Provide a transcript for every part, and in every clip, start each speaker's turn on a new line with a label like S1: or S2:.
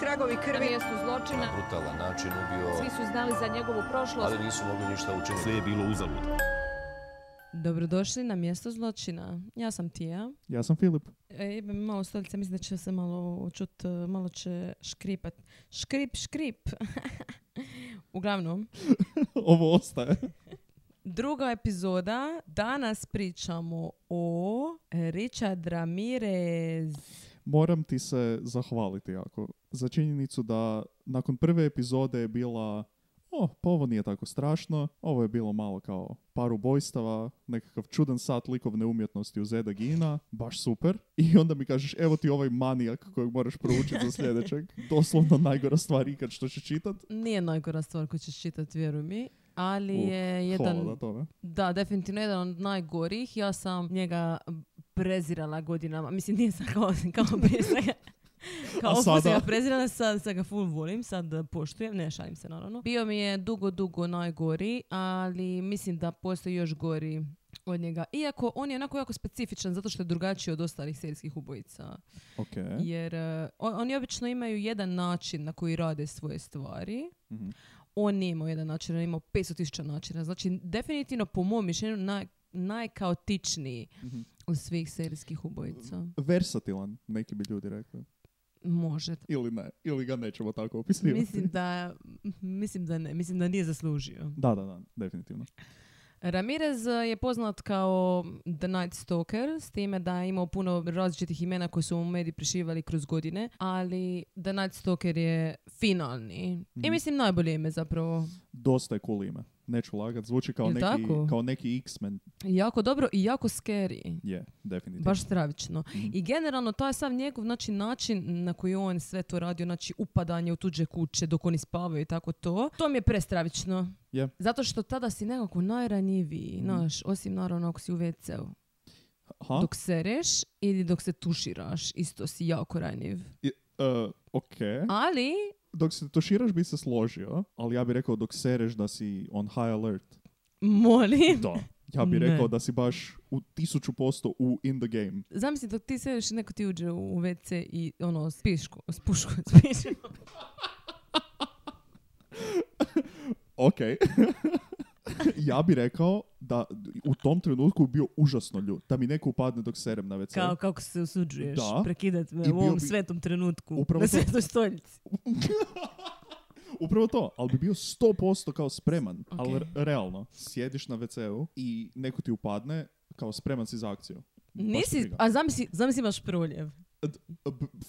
S1: tragovi
S2: Na
S1: krvi.
S2: mjestu zločina
S3: brutalan način
S2: svi
S3: ubio,
S2: su znali za njegovu prošlost.
S3: ali nisu mogli ništa učiniti.
S4: Sve je bilo uzalud.
S5: Dobrodošli na mjesto zločina. Ja sam Tija.
S6: Ja sam Filip.
S5: E, jebe mi malo stolica, mislim da će se malo čut, e, malo će škripat. Škrip, škrip. Uglavnom,
S6: Ovo ostaje.
S5: druga epizoda. Danas pričamo o Richard Ramirez.
S6: Moram ti se zahvaliti jako za činjenicu da nakon prve epizode je bila o, pa ovo nije tako strašno, ovo je bilo malo kao par ubojstava, nekakav čudan sat likovne umjetnosti u Zeda Gina, baš super. I onda mi kažeš, evo ti ovaj manijak kojeg moraš proučiti za sljedećeg. Doslovno najgora stvar ikad što ću čitat.
S5: Nije najgora stvar koju ćeš čitati, vjeruj mi. Ali
S6: Uh,
S5: je
S6: Hvala
S5: jedan...
S6: na tome.
S5: Da, definitivno jedan od najgorih. Ja sam njega prezirala godinama. Mislim, nije sad kao, kao prije svega. Kao
S6: A
S5: osoba sam
S6: sada?
S5: ga prezirala, sad, sad ga full volim, sad eh, poštujem, ne šalim se naravno. Bio mi je dugo, dugo najgori, ali mislim da postoji još gori od njega. Iako on je onako jako specifičan zato što je drugačiji od ostalih serijskih ubojica.
S6: Ok.
S5: Jer eh, on- oni obično imaju jedan način na koji rade svoje stvari.
S6: Mhm.
S5: On nije imao jedan način, on je imao 500 tisuća načina. Znači, definitivno po mom mišljenju naj, najkaotičniji
S6: Mhm.
S5: od svih serijskih ubojica.
S6: Versatilan, neki bi ljudi rekli.
S5: Može.
S6: Ili ne, ili ga nećemo tako opisivati.
S5: Mislim da, mislim da ne, mislim da nije zaslužio.
S6: Da, da, da, definitivno.
S5: Ramirez eh, je poznat kao The Night Stalker, s time da je imao puno različitih imena koje su mu mediji prišivali kroz godine, ali The Night Stalker je finalni. I
S6: Mhm.
S5: mislim najbolje ime zapravo.
S6: dosta je cool ime. Neću lagat, zvuči kao
S5: Jel
S6: neki,
S5: tako?
S6: kao neki X-Men.
S5: Jako dobro i jako scary.
S6: Je, definitivno.
S5: Baš stravično.
S6: Mhm.
S5: I generalno taj sam njegov znači, način na koji on sve to radio, znači upadanje u tuđe kuće dok oni spavaju i tako to, to mi je prestravično.
S6: Je.
S5: Zato što tada si nekako najranjiviji,
S6: Mhm.
S5: znaš, osim naravno ako si u WC-u.
S6: Ha?
S5: Dok sereš ili dok se tuširaš, isto si jako ranjiv.
S6: I- e, ok.
S5: Ali,
S6: Dok se tuširaš bi se složio, ali ja bih rekao dok sereš da si on high alert.
S5: molim,
S6: Da. Ja bih
S5: Ne.
S6: rekao da si baš u tisuću posto u in the game.
S5: zamisli dok ti sereš neko ti uđe u WC i ono, s pišku, s pušku, s piškom.
S6: Ok. ja bih rekao da u tom trenutku bi bio užasno ljut. Da mi neko upadne dok serem na WC.
S5: Kao kako se usuđuješ
S6: Da.
S5: prekidat me
S6: I
S5: u
S6: bio
S5: ovom
S6: bi-
S5: svetom trenutku,
S6: Upravo
S5: na
S6: to.
S5: svetoj stoljici.
S6: Upravo to, ali bi bio 100% kao spreman, ali
S5: Ok.
S6: re- realno, sjediš na WC-u i neko ti upadne, kao spreman si za akciju. Baš te
S5: Nisi,
S6: briga.
S5: a zamisli, zamisli imaš proljev.
S6: B-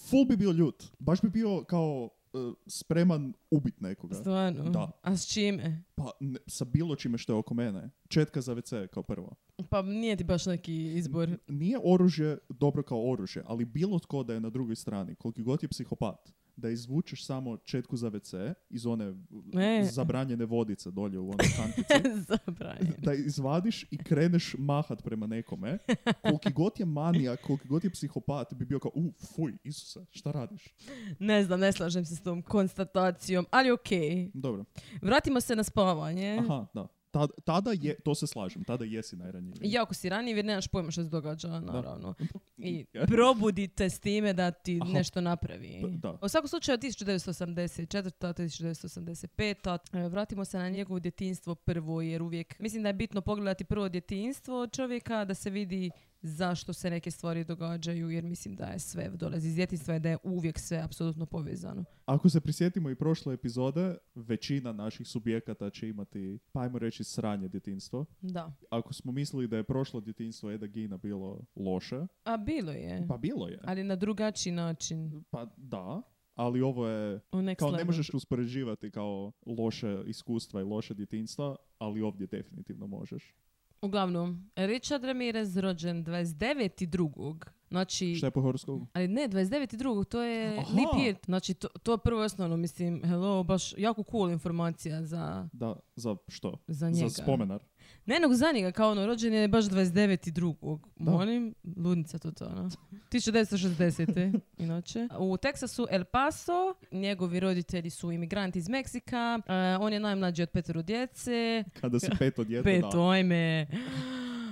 S6: Full bi bio ljut, baš bi bio kao e, spreman ubit nekoga.
S5: Stvarno?
S6: Da.
S5: A s čime?
S6: Pa ne- sa bilo čime što je oko mene. Četka za WC kao prvo.
S5: Pa nije ti baš neki izbor.
S6: N- Nije oružje dobro kao oružje, ali bilo tko da je na drugoj strani, koliki god je psihopat, da izvučeš samo četku za WC iz one
S5: Ne.
S6: zabranjene vodice dolje u onoj kantici.
S5: Zabranjeno.
S6: da izvadiš i kreneš mahat prema nekome, koliki god je manija, koliki god je psihopat, bi bio kao, u, fuj, Isuse, šta radiš?
S5: Ne znam, ne slažem se s tom konstatacijom, ali okej.
S6: Dobro,
S5: Vratimo se na spavanje.
S6: aha, da. Ta- tada je, to se slažem, tada jesi najranjiviji.
S5: Jako si ranjiv jer nemaš pojma što se događa, naravno. I
S6: Je.
S5: probudite s time da ti
S6: Aha.
S5: nešto napravi.
S6: Pa, da.
S5: U svakom slučaju 1984. 1985. e, Vratimo se na njegovo djetinstvo prvo jer uvijek mislim da je bitno pogledati prvo djetinstvo čovjeka da se vidi zašto se neke stvari događaju jer mislim da je sve dolazi iz djetinstva i da je uvijek sve apsolutno povezano.
S6: Ako se prisjetimo i prošle epizode, većina naših subjekata će imati, pa ajmo reći, sranje djetinstvo.
S5: Da.
S6: Ako smo mislili da je prošlo djetinstvo Eda Gina bilo loše,
S5: A bilo je.
S6: pa bilo je.
S5: Ali na drugačiji način.
S6: Pa da, ali ovo je
S5: U next
S6: Kao ne
S5: level.
S6: možeš uspoređivati kao loše iskustva i loše djetinstva, ali ovdje definitivno možeš.
S5: Uglavnom, Richard Ramirez rođen 29.2. Znači,
S6: Šta je po horoskopu?
S5: Ali ne, 29.2. to je
S6: Aha.
S5: leap year. Znači, to, to je prvo i osnovno, mislim, hello, baš jako cool informacija za,
S6: Da, za što?
S5: za njega.
S6: Za spomenar.
S5: Ne, nego za njega, kao ono, rođen je baš 29.2.
S6: Da.
S5: Molim, ludnica totalna. 1960. inače. U Teksasu El Paso, njegovi roditelji su imigranti iz Meksika, eh, e, on je najmlađi od petero djece,
S6: Kada si peto djete,
S5: pet
S6: da.
S5: ojme.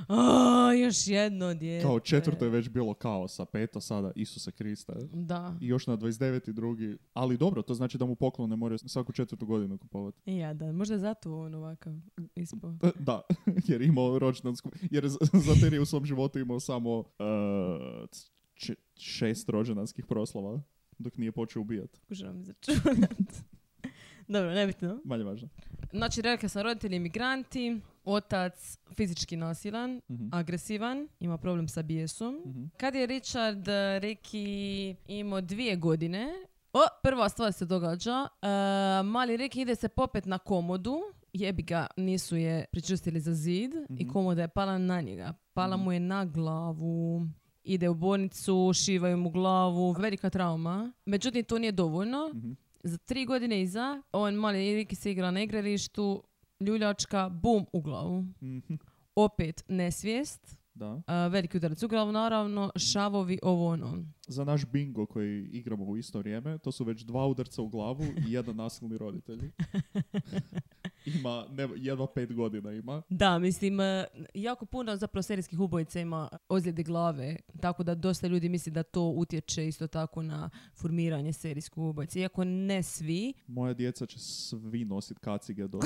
S5: "A, još jedno dijete.
S6: Kao četvrto je već bilo kaosa, peto sada Isuse Krista.
S5: Da,
S6: I još na 29. drugi. Ali dobro, to znači da mu poklone moraju svaku četvrtu godinu kupovati.
S5: jadan. Možda zato on ovakav ispao.
S6: E, Da, jer je imao rođendansku... Jer z- zato jer je u svom životu imao samo e, c- č- šest rođendanskih proslava dok nije počeo ubijat.
S5: Kužila mi začunat. Dobro, nebitno.
S6: Manje važno.
S5: Znači, rekla sam roditelji imigranti, otac fizički nasilan,
S6: Mhm.
S5: agresivan, ima problem sa bijesom.
S6: Mhm.
S5: Kad je Richard eh, Ricky imao dvije godine, o, prva stvar se događa, e, mali Ricky ide se popet na komodu, jebi ga, nisu je pričustili za zid i
S6: Mhm.
S5: komoda je pala na njega. Pala
S6: Mhm.
S5: mu je na glavu. Ide u bolnicu, šivaju mu glavu, velika trauma. Međutim, to nije dovoljno.
S6: Mhm.
S5: Za tri godine iza, on mali Riki se igra na igralištu, ljuljačka, bum, u glavu.
S6: Mhm.
S5: Opet nesvijest,
S6: Da.
S5: a, veliki udarac u glavu, naravno, šavovi, ovo ono.
S6: Za naš bingo koji igramo u isto vrijeme, to su već dva udarca u glavu i jedan nasilni roditelj. Ima, ne, jedva pet godina ima.
S5: Da, mislim, e, jako puno zapravo serijskih ubojica ima ozljede glave, tako da dosta ljudi misli da to utječe isto tako na formiranje serijskog ubojice. Iako ne svi,
S6: Moja djeca će svi nositi kacige do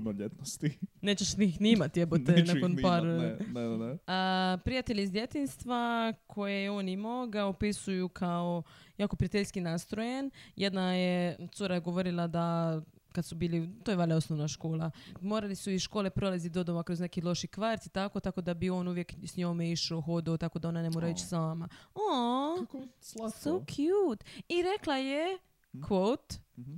S6: punoljetnosti.
S5: nećeš ni ih ni imati jebote
S6: Neću ih
S5: nakon
S6: ni
S5: par...
S6: imat, ne, ne, ne, ne.
S5: A, prijatelji iz djetinstva koje je on imao ga opisuju kao jako prijateljski nastrojen. Jedna je cura je govorila da kad su bili, to je valjda osnovna škola, morali su iz škole prolaziti do doma kroz neki loši kvart i tako, tako da bi on uvijek s njome išao, hodao, tako da ona ne mora
S6: O.
S5: ići sama. O,
S6: Kako slatko.
S5: so cute. I rekla je,
S6: Mhm.
S5: quote,
S6: Mhm.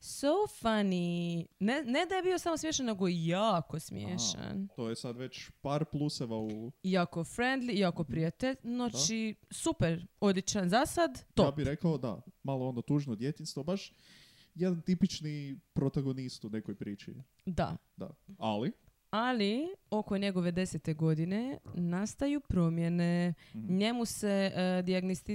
S5: so funny. Ne, ne da je bio samo smiješan, nego jako smiješan.
S6: To je sad već par pluseva u...
S5: jako friendly, jako
S6: Mhm.
S5: prijatelj. Znači, super, odličan za sad, top.
S6: Ja bih rekao da, malo ono tužno djetinstvo, baš jedan tipični protagonist u nekoj priči.
S5: Da.
S6: Da. Ali,
S5: Ali, oko njegove desete godine nastaju promjene.
S6: Mhm.
S5: Njemu se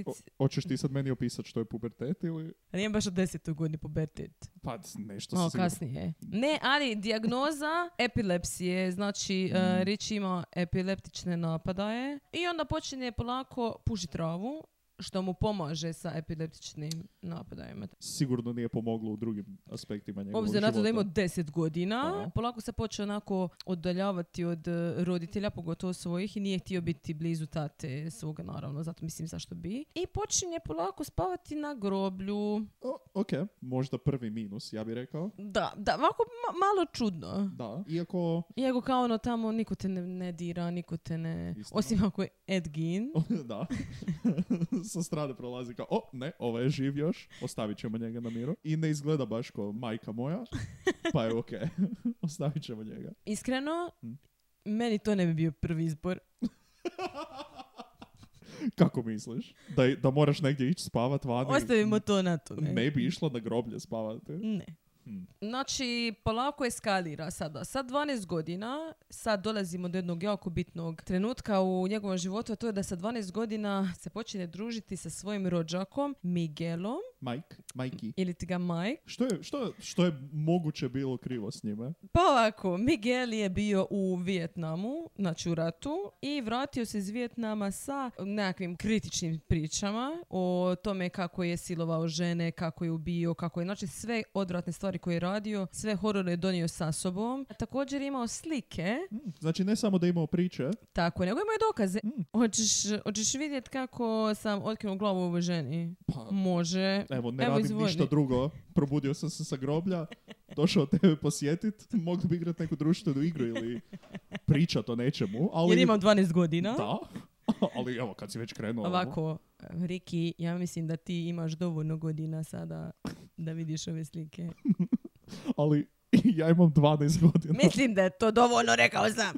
S5: uh,
S6: o- hoćeš ti sad meni opisati što je pubertet ili...
S5: Nije baš od desetoj godini pubertet.
S6: Pa, nešto
S5: Malo
S6: sigurno-
S5: kasnije. Ne, ali dijagnoza epilepsije. Znači,
S6: Mhm.
S5: uh, Rich ima epileptične napadaje i onda počinje polako pušiti travu, što mu pomaže sa epileptičnim napadajima.
S6: sigurno nije pomoglo u drugim aspektima njegovog
S5: Obzirom na to da
S6: života.
S5: ima 10 godina,
S6: Aha.
S5: polako se počeo onako oddaljavati od e, roditelja, pogotovo svojih, i nije htio biti blizu tate svoga, naravno, zato mislim zašto bi. I počinje polako spavati na groblju.
S6: O, ok, možda prvi minus, ja bih rekao.
S5: Da, da, ovako ma- malo čudno.
S6: Da, iako...
S5: Iako kao ono tamo niko te ne, ne dira, niko te ne...
S6: Istina.
S5: Osim ako je Edgin.
S6: da, sa strane prolazi kao, o, ne, ovaj je živ još, ostavit ćemo njega na miru. I ne izgleda baš kao majka moja, pa je ok, ostavit ćemo njega.
S5: Iskreno,
S6: Mm.
S5: meni to ne bi bio prvi izbor.
S6: Kako misliš? Da, da moraš negdje ići spavat vani?
S5: Ostavimo to na to.
S6: Ne bi išlo na groblje spavati.
S5: Ne.
S6: Hmm.
S5: Znači, polako eskalira sada. Sa 12 godina, sad dolazimo do jednog jako bitnog trenutka u njegovom životu, a to je da sa 12 godina se počinje družiti sa svojim rođakom Miguelom,
S6: Mike, Mikey.
S5: ili ti ga Mike.
S6: Što je, što, što je moguće bilo krivo s njime?
S5: Pa ovako, Miguel je bio u Vijetnamu, znači u ratu, i vratio se iz Vijetnama sa nekakvim kritičnim pričama o tome kako je silovao žene, kako je ubio, kako je, znači sve odvratne stvari koje je radio, sve horore je donio sa sobom. Također je imao slike
S6: Mm, Znači, ne samo da je imao priče,
S5: Tako, nego imaju dokaze.
S6: Mm.
S5: Hoćeš, hoćeš vidjet kako sam otkinuo glavu ovoj ženi?
S6: pa
S5: Može.
S6: Evo, ne
S5: Evo,
S6: radim
S5: izvoli.
S6: ništa drugo. Probudio sam se sa groblja, došao tebe posjetit, mogli bi igrat neku društvenu igru ili pričat o nečemu, ali...
S5: Jer imam 12 godina.
S6: Da, ali evo, kad si već krenuo...
S5: Ovako, Riki, ja mislim da ti imaš dovoljno godina sada da vidiš ove slike.
S6: Ali ja imam 12 godina.
S5: Mislim da je to dovoljno, rekao sam.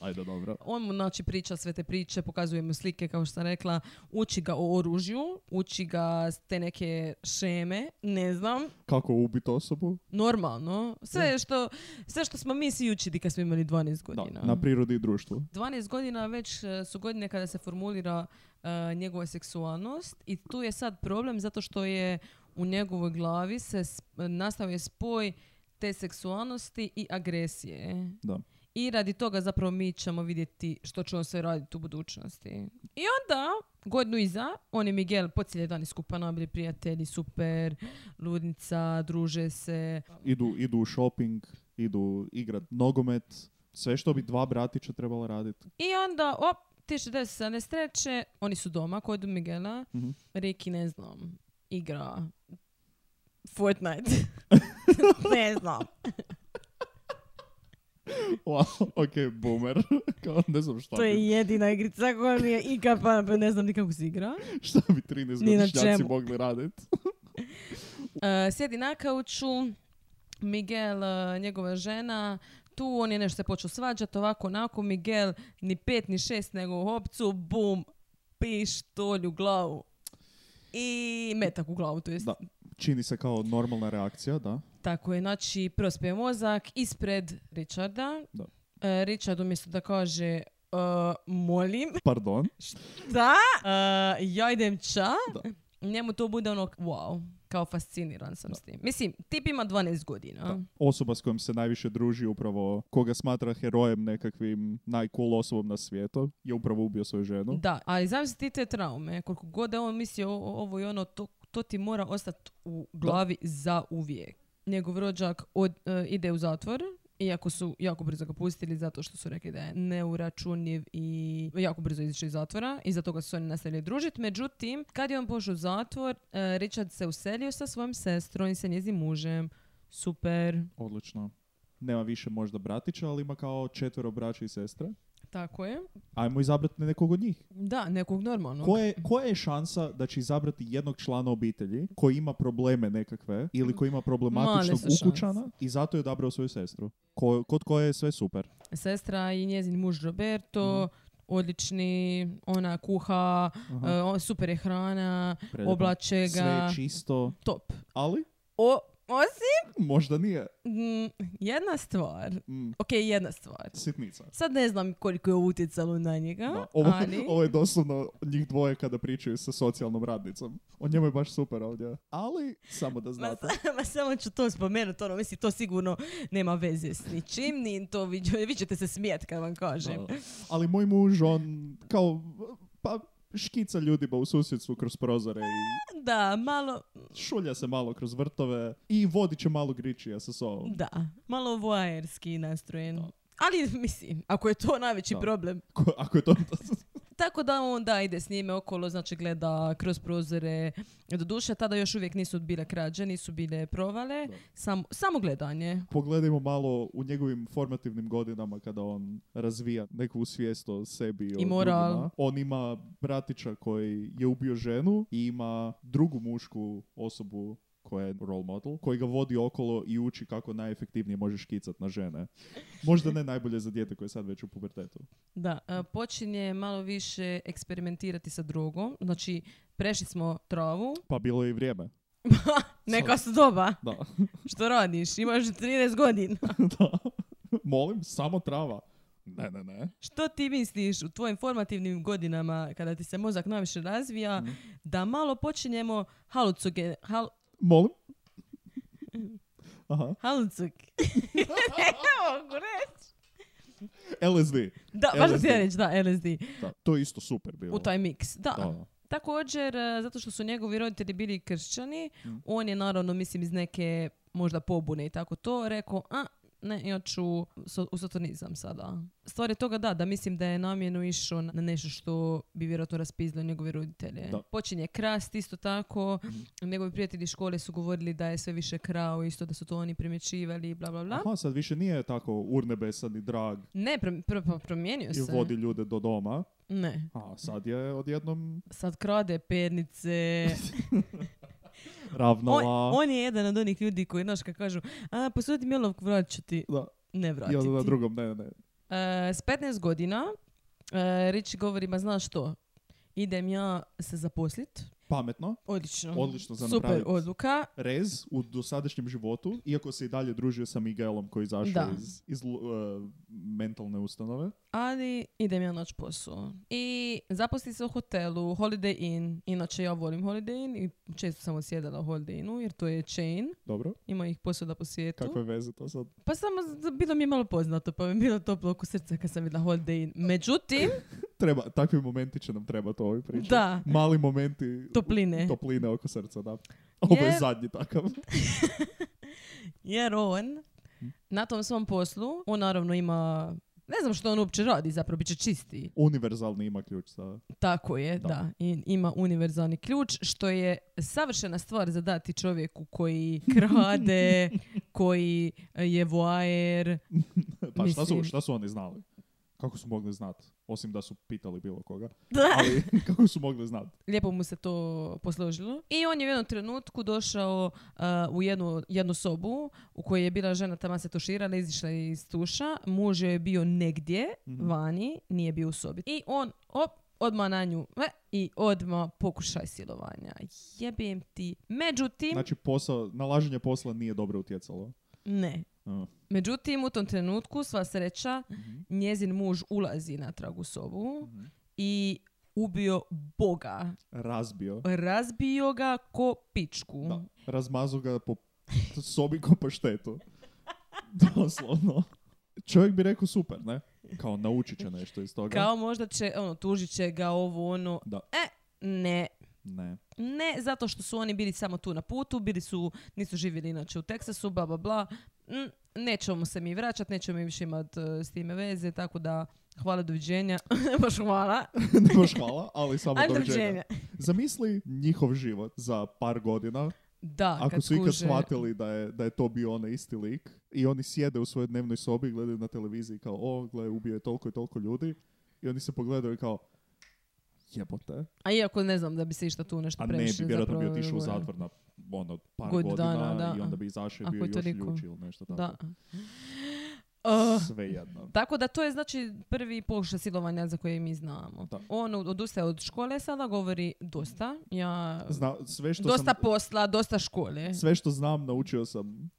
S6: Ajde, dobro.
S5: On mu znači priča sve te priče, pokazuje mu slike kao što sam rekla, uči ga o oružju, uči ga s te neke šeme, ne znam,
S6: Kako ubiti osobu?
S5: normalno. Sve što, sve što smo mi svi učili kad smo imali 12 godina.
S6: Da, na prirodi i društvu.
S5: 12 godina već e, su godine kada se formulira e, njegova seksualnost i tu je sad problem zato što je u njegovoj glavi se s- nastao je spoj te seksualnosti i agresije.
S6: Da.
S5: I radi toga zapravo mi ćemo vidjeti što će on sve raditi u budućnosti. I onda, godinu iza, on i Miguel po cijeli dan iskupano, bili prijatelji, super, ludnica, druže se.
S6: Idu, idu u shopping, idu igrat nogomet, sve što bi dva bratića trebala raditi.
S5: I onda, op, 1973. Oni su doma kod Miguela.
S6: Mhm.
S5: Riki, ne znam, igra Fortnite. ne znam.
S6: Wow, ok, boomer. Kao, ne znam šta,
S5: To
S6: bi,
S5: je jedina igrica koja mi je ikad pa ne znam nikako se igra.
S6: šta bi 13
S5: Ni na
S6: godišnjaci
S5: čemu.
S6: mogli raditi.
S5: E, sjedi na kauču, Miguel, e, njegova žena, tu on je nešto se počeo svađati, ovako, onako, Miguel, ni pet, ni šest, nego u hopcu, bum, pištolj u glavu. I metak u glavu, to jest.
S6: Da. Čini se kao normalna reakcija, da.
S5: Tako je, znači prospije mozak ispred Richarda.
S6: Da.
S5: E, Richard umjesto da kaže e, molim,
S6: Pardon.
S5: da, e, ja idem ča,
S6: Da.
S5: njemu to bude ono wow, kao fasciniran sam s tim. Mislim, tip ima 12 godina.
S6: Da. Osoba s kojom se najviše druži, upravo koga smatra herojem nekakvim najcool osobom na svijetu, je upravo ubio svoju ženu.
S5: Da, ali zamisli ti te traume, koliko god da je on mislio o- o- ovo i ono, to, to ti mora ostati u glavi za uvijek. Njegov rođak od, e, ide u zatvor, iako su jako brzo ga pustili zato što su rekli da je neuračunljiv i jako brzo izišao iz zatvora i za toga su se oni nastavili družiti. Međutim, kad je on pošao u zatvor, e, Richard se uselio sa svojom sestrom i sa njezim mužem. Super.
S6: Odlično. Nema više možda bratića, ali ima kao četvero braća i sestre.
S5: Tako je.
S6: Ajmo izabrati nekog od njih.
S5: Da, nekog normalnog.
S6: Koje, koja je šansa da će izabrati jednog člana obitelji koji ima probleme nekakve ili koji ima problematičnog
S5: Male su
S6: ukućana i zato je odabrao svoju sestru? Ko, kod koje je sve super.
S5: sestra i njezin muž Roberto, odlični, ona kuha,
S6: Mhm. Aha.
S5: e, on- super je hrana,
S6: Prelijepo.
S5: oblače
S6: Sve
S5: ga,
S6: je čisto,
S5: top.
S6: ali
S5: O, osim,
S6: možda nije.
S5: mm, jedna stvar,
S6: Mm,
S5: ok, jedna stvar.
S6: sitnica.
S5: Sad ne znam koliko je utjecalo na njega,
S6: Da, ovo,
S5: ali...
S6: ovo je doslovno njih dvoje kada pričaju sa socijalnom radnicom. O njemu je baš super ovdje. Ali, samo da
S5: Ma,
S6: znate.
S5: sa- ma samo ću to spomenuti, ono, mislim, to sigurno nema veze s ničim, ni to, vi, vi ćete se smijet kad vam kažem.
S6: Da. Ali moj muž, on kao, pa škica ljudima u susjedstvu kroz prozore i
S5: Da, malo,
S6: šulja se malo kroz vrtove i vodi će malo gričija sa sobom.
S5: da, malo voajerski nastrojen. Ali, mislim, ako je to najveći
S6: Da.
S5: problem,
S6: Ko- Ako je to...
S5: Tako da on da ide s njime okolo, znači gleda kroz prozore. Doduše, tada još uvijek nisu bile krađe, nisu bile provale,
S6: Da.
S5: Sam- samo gledanje.
S6: Pogledajmo malo u njegovim formativnim godinama kada on razvija neku svijest o sebi o
S5: I moral.
S6: drugima. On ima bratića koji je ubio ženu i ima drugu mušku osobu koja je role model, koji ga vodi okolo i uči kako najefektivnije može škicat na žene. Možda ne najbolje za dijete koje je sad već u pubertetu.
S5: Da, e, počinje malo više eksperimentirati sa drogom. Znači, prešli smo travu.
S6: Pa bilo je i vrijeme.
S5: Neka su doba.
S6: Da.
S5: Što radiš? Imaš 13 godina.
S6: da. Molim, samo trava. Ne, ne, ne.
S5: Što ti misliš u tvojim formativnim godinama, kada ti se mozak najviše razvija, da malo počinjemo halucoge, hal,
S6: Molim. Aha.
S5: halucog. ne mogu reći.
S6: LSD.
S5: Da, baš sam
S6: LSD.
S5: htjela reći, da, LSD.
S6: Da, to je isto super bilo.
S5: U taj miks, da.
S6: Da, da.
S5: Također, e, zato što su njegovi roditelji bili kršćani,
S6: Mm.
S5: on je naravno, mislim, iz neke možda pobune i tako to, rekao, a, ne, ja ću so- u satanizam sada. Stvar je toga da, da mislim da je namjerno išao na nešto što bi vjerojatno raspizlo njegove roditelje.
S6: Da. Mhm.
S5: Počinje krast isto tako, njegovi prijatelji iz škole su govorili da je sve više krao, isto da su to oni primjećivali, bla, bla, bla.
S6: Aha, sad više nije tako urnebesan i drag
S5: Ne, prom- prom- promijenio
S6: i
S5: se.
S6: vodi ljude do doma.
S5: Ne.
S6: A sad je odjednom
S5: sad krade pernice. on,
S6: ravnala.
S5: on je jedan od onih ljudi koji, znaš, kad kažu, a, posudi mi olovku, vratit ću ti.
S6: Da,
S5: Ne
S6: i
S5: vratiti.
S6: onda na drugom, ne, ne, ne.
S5: E, s 15 godina, e, Rich govori, ma znaš što, idem ja se zaposlit.
S6: Pametno,
S5: Odlično.
S6: Odlično za
S5: Mhm. Super
S6: napravit.
S5: odluka.
S6: Rez u dosadašnjem životu, iako se i dalje družio sa Miguelom koji je izašao
S5: Da.
S6: iz, iz lu- e, mentalne ustanove.
S5: ali idem ja naći posao. I zaposli se u hotelu Holiday Inn. Inače ja volim Holiday Inn i često sam odsjedala u Holiday Innu jer to je chain.
S6: Dobro,
S5: Ima ih posvuda po svijetu.
S6: kakve veze to sad?
S5: Pa samo z- bilo mi je malo poznato, pa mi je bilo toplo oko srca kad sam vidjela Holiday Inn. Međutim,
S6: Treba, takvi momenti će nam trebati u ovoj priči.
S5: da,
S6: Mali momenti
S5: topline.
S6: topline oko srca, da. Ovo je
S5: Jer-
S6: zadnji takav.
S5: Jer on na tom svom poslu, on naravno ima ne znam što on uopće radi, zapravo bit će čisti.
S6: Univerzalni ima ključ za...
S5: Tako je,
S6: Da.
S5: da. I, ima univerzalni ključ, što je savršena stvar za dati čovjeku koji krade, koji je voajer.
S6: Pa šta su,
S5: Mislim-
S6: šta su oni znali? Kako su mogli znat? Osim da su pitali bilo koga.
S5: Da.
S6: Ali kako su mogli znat?
S5: Lijepo mu se to posložilo. I on je u jednom trenutku došao a, u jednu, jednu sobu u kojoj je bila žena tamo se tuširala, izišla je iz tuša. Muž joj je bio negdje
S6: Mhm.
S5: vani, nije bio u sobi. I on, op, odmah na nju e, i odmah pokušaj silovanja. Jebim ti. Međutim,
S6: Znači posao, nalaženje posla nije dobro utjecalo.
S5: ne.
S6: A.
S5: Međutim, u tom trenutku, sva sreća,
S6: Mhm.
S5: njezin muž ulazi natrag u sobu
S6: Mhm.
S5: i ubio Boga.
S6: Razbio.
S5: Razbio ga ko pičku.
S6: Da. Razmazu ga po sobi ko paštetu. Doslovno. Čovjek bi rekao super, ne? Kao naučit će nešto iz toga.
S5: Kao možda će, ono, tužit će ga ovo, ono.
S6: Da.
S5: E, ne.
S6: Ne.
S5: Ne, zato što su oni bili samo tu na putu, bili su, nisu živjeli inače u Teksasu, bla, bla, bla. Mm, nećemo se mi vraćati, nećemo mi više imati s time veze, tako da hvala, doviđenja. Baš hvala.
S6: ne baš hvala, ali samo
S5: Ali
S6: doviđenja.
S5: doviđenja.
S6: Zamisli njihov život za par godina,
S5: Da,
S6: ako
S5: kad
S6: su ikad
S5: kuže-
S6: shvatili da je, da je to bio onaj isti lik i oni sjede u svojoj dnevnoj sobi, gledaju na televiziji kao, o, gle, ubio je toliko i toliko ljudi i oni se pogledaju i kao, jebote.
S5: A iako ne znam da bi se išta tu nešto
S6: A ne
S5: previše
S6: bi vjerojatno bi
S5: zapravo
S6: otišao u
S5: dogodilo.
S6: zatvor na ono, par
S5: Godinu
S6: godina
S5: dana,
S6: i
S5: da.
S6: onda bi izašao i
S5: Ako
S6: bio
S5: je
S6: još
S5: toliko.
S6: ljuči ili nešto tako.
S5: Da. Uh,
S6: Sve jedno.
S5: tako da to je znači prvi pokušaj silovanja za koje mi znamo.
S6: Da.
S5: On od- odustaje od škole sada, govori dosta. Ja,
S6: Zna, sve što
S5: dosta
S6: sam...
S5: posla, dosta škole.
S6: Sve što znam naučio sam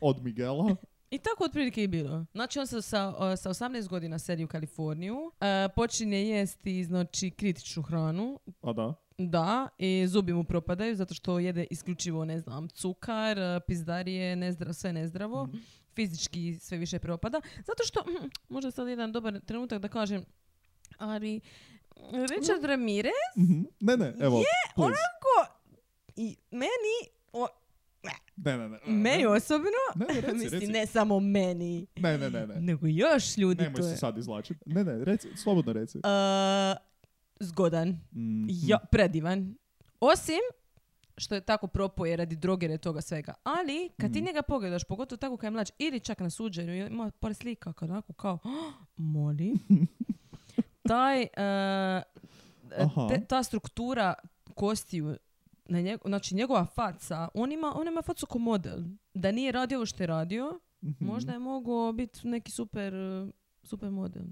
S6: od Miguela.
S5: I tako otprilike i bilo. Znači on se sa, e, sa 18 godina seli u Kaliforniju, e, počinje jesti znači kritičnu hranu,
S6: A da,
S5: Da, i zubi mu propadaju zato što jede isključivo, ne znam, cukar, e, pizdarije, nezdrav, sve nezdravo.
S6: Mhm.
S5: Fizički sve više propada. Zato što, mm, možda sad jedan dobar trenutak da kažem, ali Richard Ramirez
S6: Mhm. Ne, ne, evo. please.
S5: onako i meni, o,
S6: Ne, ne, ne.
S5: meni osobno,
S6: Ne, ne, reci, Mhm. reci.
S5: mislim ne samo meni,
S6: Ne, ne, ne, ne.
S5: nego još ljudi
S6: Nemoj
S5: to
S6: se
S5: je.
S6: sad izvlačiti. Ne, ne, reci, slobodno reci.
S5: E, zgodan.
S6: Mm,
S5: Ja, predivan. Osim što je tako propoje radi drogere toga svega. Ali, kad ti
S6: Mhm.
S5: njega pogledaš, pogotovo tako kad je mlađ, ili čak na suđenju, ima par slika kad onako kao, "Ah, moli. Taj, e,
S6: Aha.
S5: te- ta struktura kostiju, na njeg- znači njegova faca, on ima, on ima facu ko model. Da nije radio ovo što je radio,
S6: mhm.
S5: možda je mogao biti neki super, e, super model.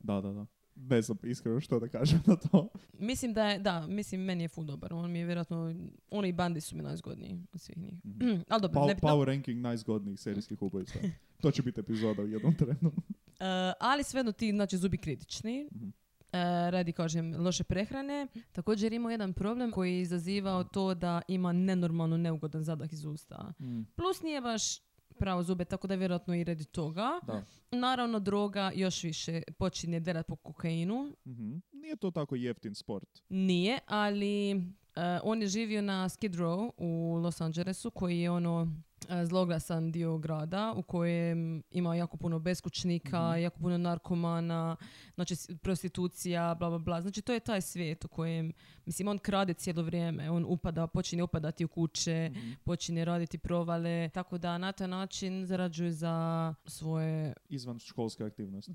S6: Da, da, da. Ne znam iskreno što da kažem na to.
S5: Mislim da je, da, mislim, meni je ful dobar. On mi je vjerojatno, oni i bandi su mi najzgodniji od svih njih. Mm,
S6: Mhm.
S5: Ali dobro,
S6: Pow-
S5: nebitno.
S6: power ranking najzgodnijih serijskih ubojica. To će biti epizoda u jednom trenu.
S5: E, ali svejedno ti, znači, zubi kritični.
S6: Mhm.
S5: E, radi, kažem, loše prehrane. Također imao jedan problem koji je izazivao to da ima nenormalno neugodan zadah iz usta.
S6: Mhm,
S5: Plus nije baš pravo zube, tako da vjerojatno i radi toga.
S6: Da.
S5: Naravno, droga još više počinje derat po kokainu.
S6: Mhm. Nije to tako jeftin sport.
S5: Nije, ali e, on je živio na Skid Row u Los Angelesu koji je ono e, zloglasan dio grada u kojem ima jako puno beskućnika,
S6: Mhm.
S5: jako puno narkomana, znači s- prostitucija, bla bla bla. Znači to je taj svijet u kojem, mislim on krade cijelo vrijeme, on upada, počinje upadati u kuće,
S6: Mhm.
S5: počinje raditi provale, tako da na taj način zarađuje za svoje
S6: Izvan školske aktivnosti.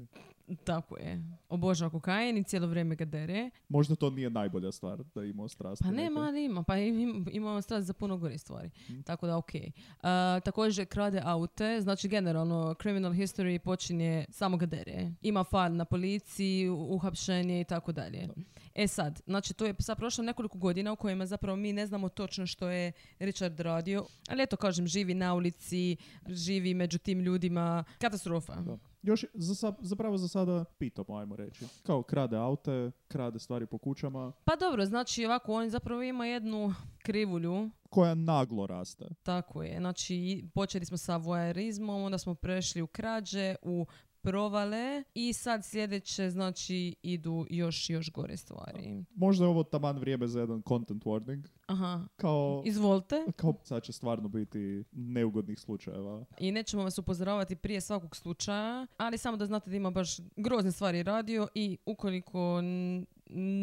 S5: tako je. Obožava kokain i cijelo vrijeme ga dere.
S6: Možda to nije najbolja stvar da imao strast.
S5: Pa nema, ali ima. Pa im- im- ima on strast za puno gore stvari.
S6: Mhm.
S5: Tako da, okej. E, također krade aute, znači generalno criminal history počinje samo gadere. Ima fan na policiji, u- uhapšenje i tako dalje. E sad, znači to je sad prošlo nekoliko godina u kojima zapravo mi ne znamo točno što je Richard radio, ali eto kažem, živi na ulici, živi među tim ljudima, katastrofa.
S6: Da. Još za sa- zapravo za sada pitamo, ajmo reći. Kao krade aute, krade stvari po kućama,
S5: Pa dobro, znači ovako, on zapravo ima jednu krivulju
S6: koja naglo raste.
S5: Tako je. Znači, i- počeli smo sa voajerizmom, onda smo prešli u krađe, u provale i sad sljedeće, znači, idu još, još gore stvari.
S6: Možda je ovo taman vrijeme za jedan content warning.
S5: Aha,
S6: Kao,
S5: izvolite.
S6: kao sad će stvarno biti neugodnih slučajeva.
S5: I nećemo vas upozoravati prije svakog slučaja, ali samo da znate da ima baš grozne stvari radio i ukoliko n-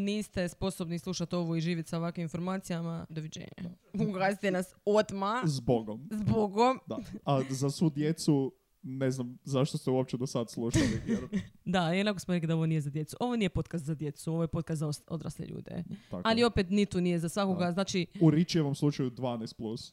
S5: niste sposobni slušati ovo i živjeti sa ovakvim informacijama, doviđenja. Ugasite nas otma,
S6: S Bogom.
S5: s Bogom.
S6: Da. A za svu djecu, ne znam zašto ste uopće do sad slušali. Jer,
S5: Da, jednako smo rekli da ovo nije za djecu. Ovo nije podcast za djecu, ovo je podcast za os- odrasle ljude.
S6: tako.
S5: Ali opet ni tu nije za svakoga,
S6: Da.
S5: znači,
S6: U Ričijevom slučaju 12+. Plus.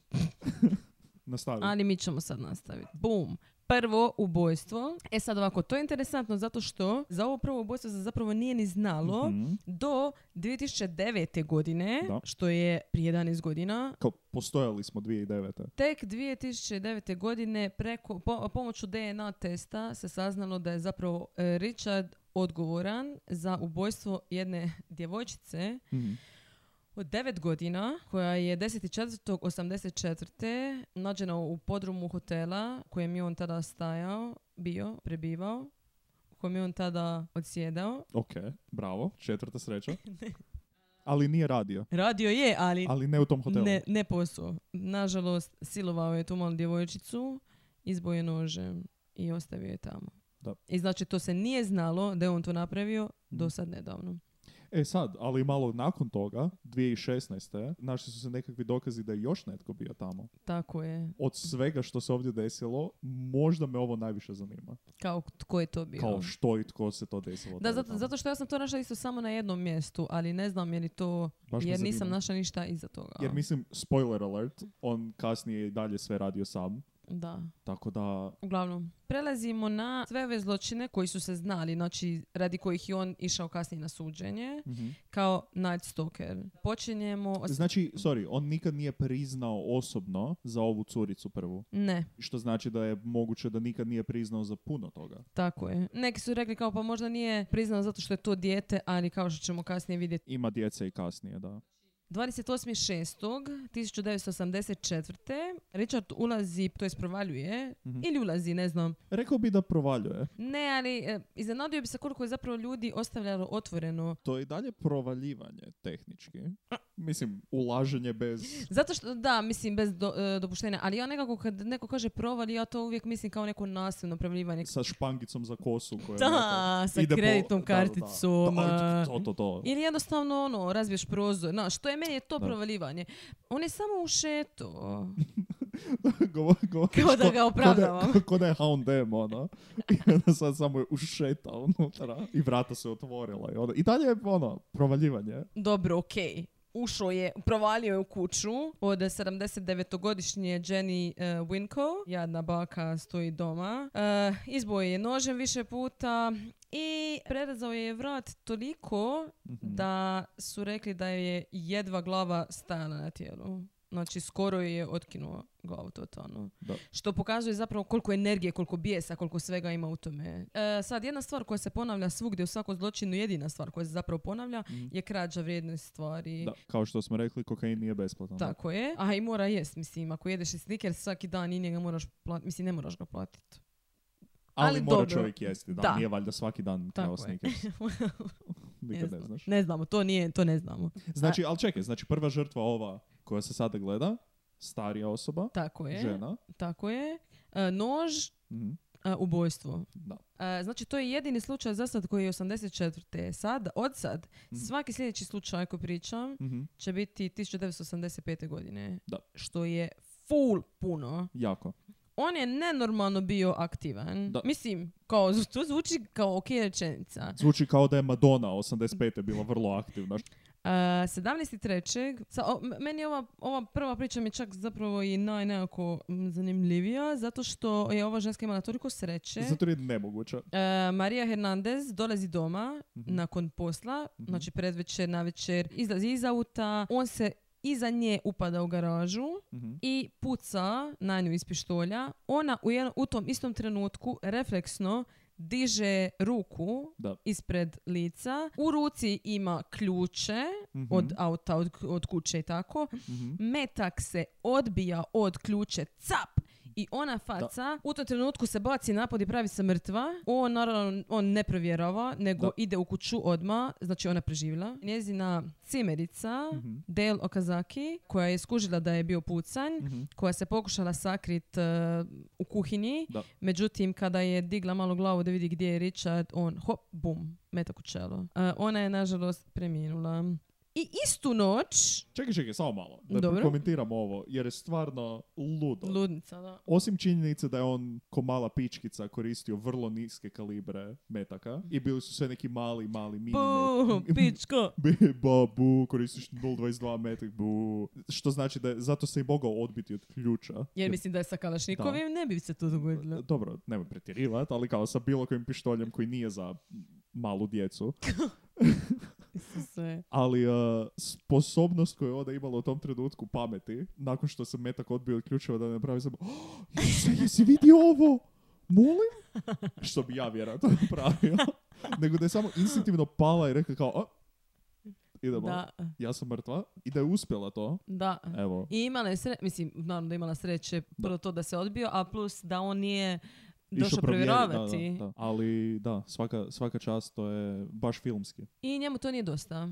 S6: Nastavi.
S5: ali mi ćemo sad nastaviti. Bum. Prvo ubojstvo. E sad ovako, to je interesantno zato što za ovo prvo ubojstvo se zapravo nije ni znalo
S6: Mhm.
S5: do 2009. godine,
S6: Da.
S5: što je prije 11 godina.
S6: Kao postojali smo 2009.
S5: Tek 2009. godine preko, po, pomoću DNA testa se saznalo da je zapravo e, Richard odgovoran za ubojstvo jedne djevojčice
S6: Mhm.
S5: od 9 godina, koja je 10.4.84. nađena u podrumu hotela u kojem je on tada stajao, bio, prebivao, u kojem je on tada odsjedao.
S6: Ok, bravo, četvrta sreća. Ali nije radio,
S5: Radio je, ali,
S6: ali ne u tom hotelu.
S5: ne, ne posao. Nažalost, silovao je tu malu djevojčicu, izboje nožem i ostavio je tamo.
S6: Da.
S5: I znači to se nije znalo da je on to napravio do
S6: Mhm.
S5: sad nedavno.
S6: E sad, ali malo nakon toga, 2016. našli su se nekakvi dokazi da je još netko bio tamo.
S5: Tako je.
S6: Od svega što se ovdje desilo, možda me ovo najviše zanima.
S5: Kao tko je to bio.
S6: Kao što i tko se to desilo.
S5: Da,
S6: tada
S5: zato,
S6: tamo.
S5: zato što ja sam to našla isto samo na jednom mjestu, ali ne znam je li to,
S6: Baš me
S5: jer
S6: zanima.
S5: nisam našla ništa iza toga.
S6: Jer mislim, spoiler alert, on kasnije je i dalje sve radio sam.
S5: Da,
S6: Tako da,
S5: uglavnom. Prelazimo na sve ove zločine koji su se znali, znači radi kojih je on išao kasnije na suđenje,
S6: mhm.
S5: kao Night Stalker. Počinjemo... od-
S6: znači, sorry, on nikad nije priznao osobno za ovu curicu prvu.
S5: Ne,
S6: Što znači da je moguće da nikad nije priznao za puno toga.
S5: tako je. Neki su rekli kao pa možda nije priznao zato što je to dijete, ali kao što ćemo kasnije vidjeti,
S6: Ima djece i kasnije, da.
S5: 28.6.1984. Richard ulazi, to jest provaljuje,
S6: Mhm.
S5: ili ulazi, ne znam,
S6: Rekao bi da provaljuje.
S5: Ne, ali e, iznenadio bi se koliko je zapravo ljudi ostavljalo otvoreno.
S6: To je i dalje provaljivanje tehnički. Mislim, ulaženje bez...
S5: Zato što, da, mislim, bez do, e, dopuštenja. Ali ja nekako, kad neko kaže provali, ja to uvijek mislim kao neko nasilno prevljivanje.
S6: sa špangicom za kosu koja
S5: Da,
S6: eto,
S5: sa
S6: ide po-
S5: kreditnom
S6: da, da, da.
S5: karticom,
S6: Da,
S5: a-
S6: to, to, to.
S5: Ili jednostavno, ono, razbiješ prozor. Na, što je meni je to
S6: Da.
S5: provaljivanje. On je samo ušeto.
S6: Govo- govo-
S5: Kao da
S6: ko-
S5: ga opravdavam.
S6: Ko da, je- ko da je Hound Dem, ono. I onda sad samo je ušetao unutra i vrata se otvorila. I, onda, I dalje je, ono, provaljivanje.
S5: Dobro, okej. Ušao je, provalio je u kuću od 79-godišnje Jenny e, Winko. Jadna baka stoji doma. Uh, izboje je nožem više puta i prerezao je vrat toliko
S6: Mhm. Mm.
S5: da su rekli da je jedva glava stajala na tijelu. Znači, skoro je otkinuo glavu totalno.
S6: Da.
S5: Što pokazuje zapravo koliko energije, koliko bijesa, koliko svega ima u tome. E, sad, jedna stvar koja se ponavlja svugdje u svakom zločinu, jedina stvar koja se zapravo ponavlja, je krađa vrijedne stvari.
S6: Mm. Da, kao što smo rekli, kokain nije besplatan.
S5: Tako je. A i mora jest, mislim, ako jedeš i sniker svaki dan i njega moraš platiti, mislim, ne moraš ga platiti.
S6: Ali,
S5: ali
S6: mora
S5: dobro.
S6: čovjek jesti, da,
S5: Da.
S6: nije valjda svaki dan
S5: Tako
S6: kao
S5: je.
S6: Snickers. Nikad ne
S5: znam.
S6: znaš.
S5: Ne znamo, to nije, to ne znamo.
S6: Znači, ali čekaj, znači prva žrtva ova koja se sada gleda, starija osoba,
S5: Tako je.
S6: žena.
S5: Tako je. E, nož,
S6: Mhm,
S5: e, ubojstvo.
S6: Da.
S5: E, znači, to je jedini slučaj za sad koji je 84. Sad, od sad, svaki sljedeći slučaj koji pričam
S6: Mhm,
S5: će biti 1985. godine.
S6: Da.
S5: Što je full puno.
S6: Jako.
S5: On je nenormalno bio aktivan.
S6: Da.
S5: Mislim, kao, to zvuči kao ok rečenica.
S6: Zvuči kao da je Madonna 85. bila vrlo aktivna.
S5: Uh, 17.3. Sa, o, m- meni je ova, ova prva priča mi je čak zapravo i naj nekako mm, zanimljivija, zato što je ova ženska imala toliko sreće.
S6: Zato jer je nemoguća.
S5: E, Marija Hernandez dolazi doma
S6: Mhm.
S5: nakon posla,
S6: Mhm.
S5: znači predvečer, navečer, izlazi iz auta, on se iza nje upada u garažu
S6: Mhm.
S5: i puca na nju iz pištolja. Ona u, jedno- u tom istom trenutku refleksno diže ruku
S6: Da.
S5: ispred lica. U ruci ima ključe
S6: Mhm.
S5: od auta, od, od kuće i tako.
S6: Mhm.
S5: Metak se odbija od ključe, cap! I ona faca u tom trenutku se baci napad i pravi se mrtva. On naravno on ne provjerava, nego
S6: Da.
S5: ide u kuću odma, znači ona preživjela. Njezina cimerica,
S6: Mhm.
S5: Del Okazaki, koja je skužila da je bio pucanj,
S6: Mhm.
S5: koja se pokušala sakrit e, u kuhinji.
S6: Da.
S5: Međutim, kada je digla malo glavu da vidi gdje je Richard, on hop, bum, metak u čelo. E, ona je nažalost preminula. I istu noć,
S6: Čekaj, čekaj, samo malo. Da
S5: Dobro.
S6: komentiram ovo, jer je stvarno ludo.
S5: ludnica, da.
S6: Osim činjenice da je on ko mala pičkica koristio vrlo niske kalibre metaka i bili su sve neki mali, mali mini
S5: Bu,
S6: met-
S5: pičko.
S6: Bi- ba, bu, koristiš 0.22 metak, bu. Što znači da je, zato se i mogao odbiti od ključa.
S5: Jer mislim da je sa Kalašnikovim ne bi se to dogodilo.
S6: Dobro, nemoj pretjerivati, ali kao sa bilo kojim pištoljem koji nije za malu djecu.
S5: Isuse.
S6: ali uh, sposobnost koju je Oda imala u tom trenutku pameti, nakon što se metak odbio od ključeva da ne pravi samo "Oh, Jose, jesi vidio ovo? Molim? Što bi ja vjerojatno napravio. Nego da je samo instinktivno pala i rekla kao "A, idemo,
S5: Da,
S6: ja sam mrtva. I da je uspjela to.
S5: da.
S6: Evo,
S5: I imala je sreće, mislim, naravno da je imala sreće prvo to da se odbio, a plus da on nije
S6: išao
S5: došao
S6: provjeriti, da,
S5: provjeravati.
S6: da, da. Ali da, svaka, svaka čast, to je baš filmski.
S5: I njemu to nije dosta.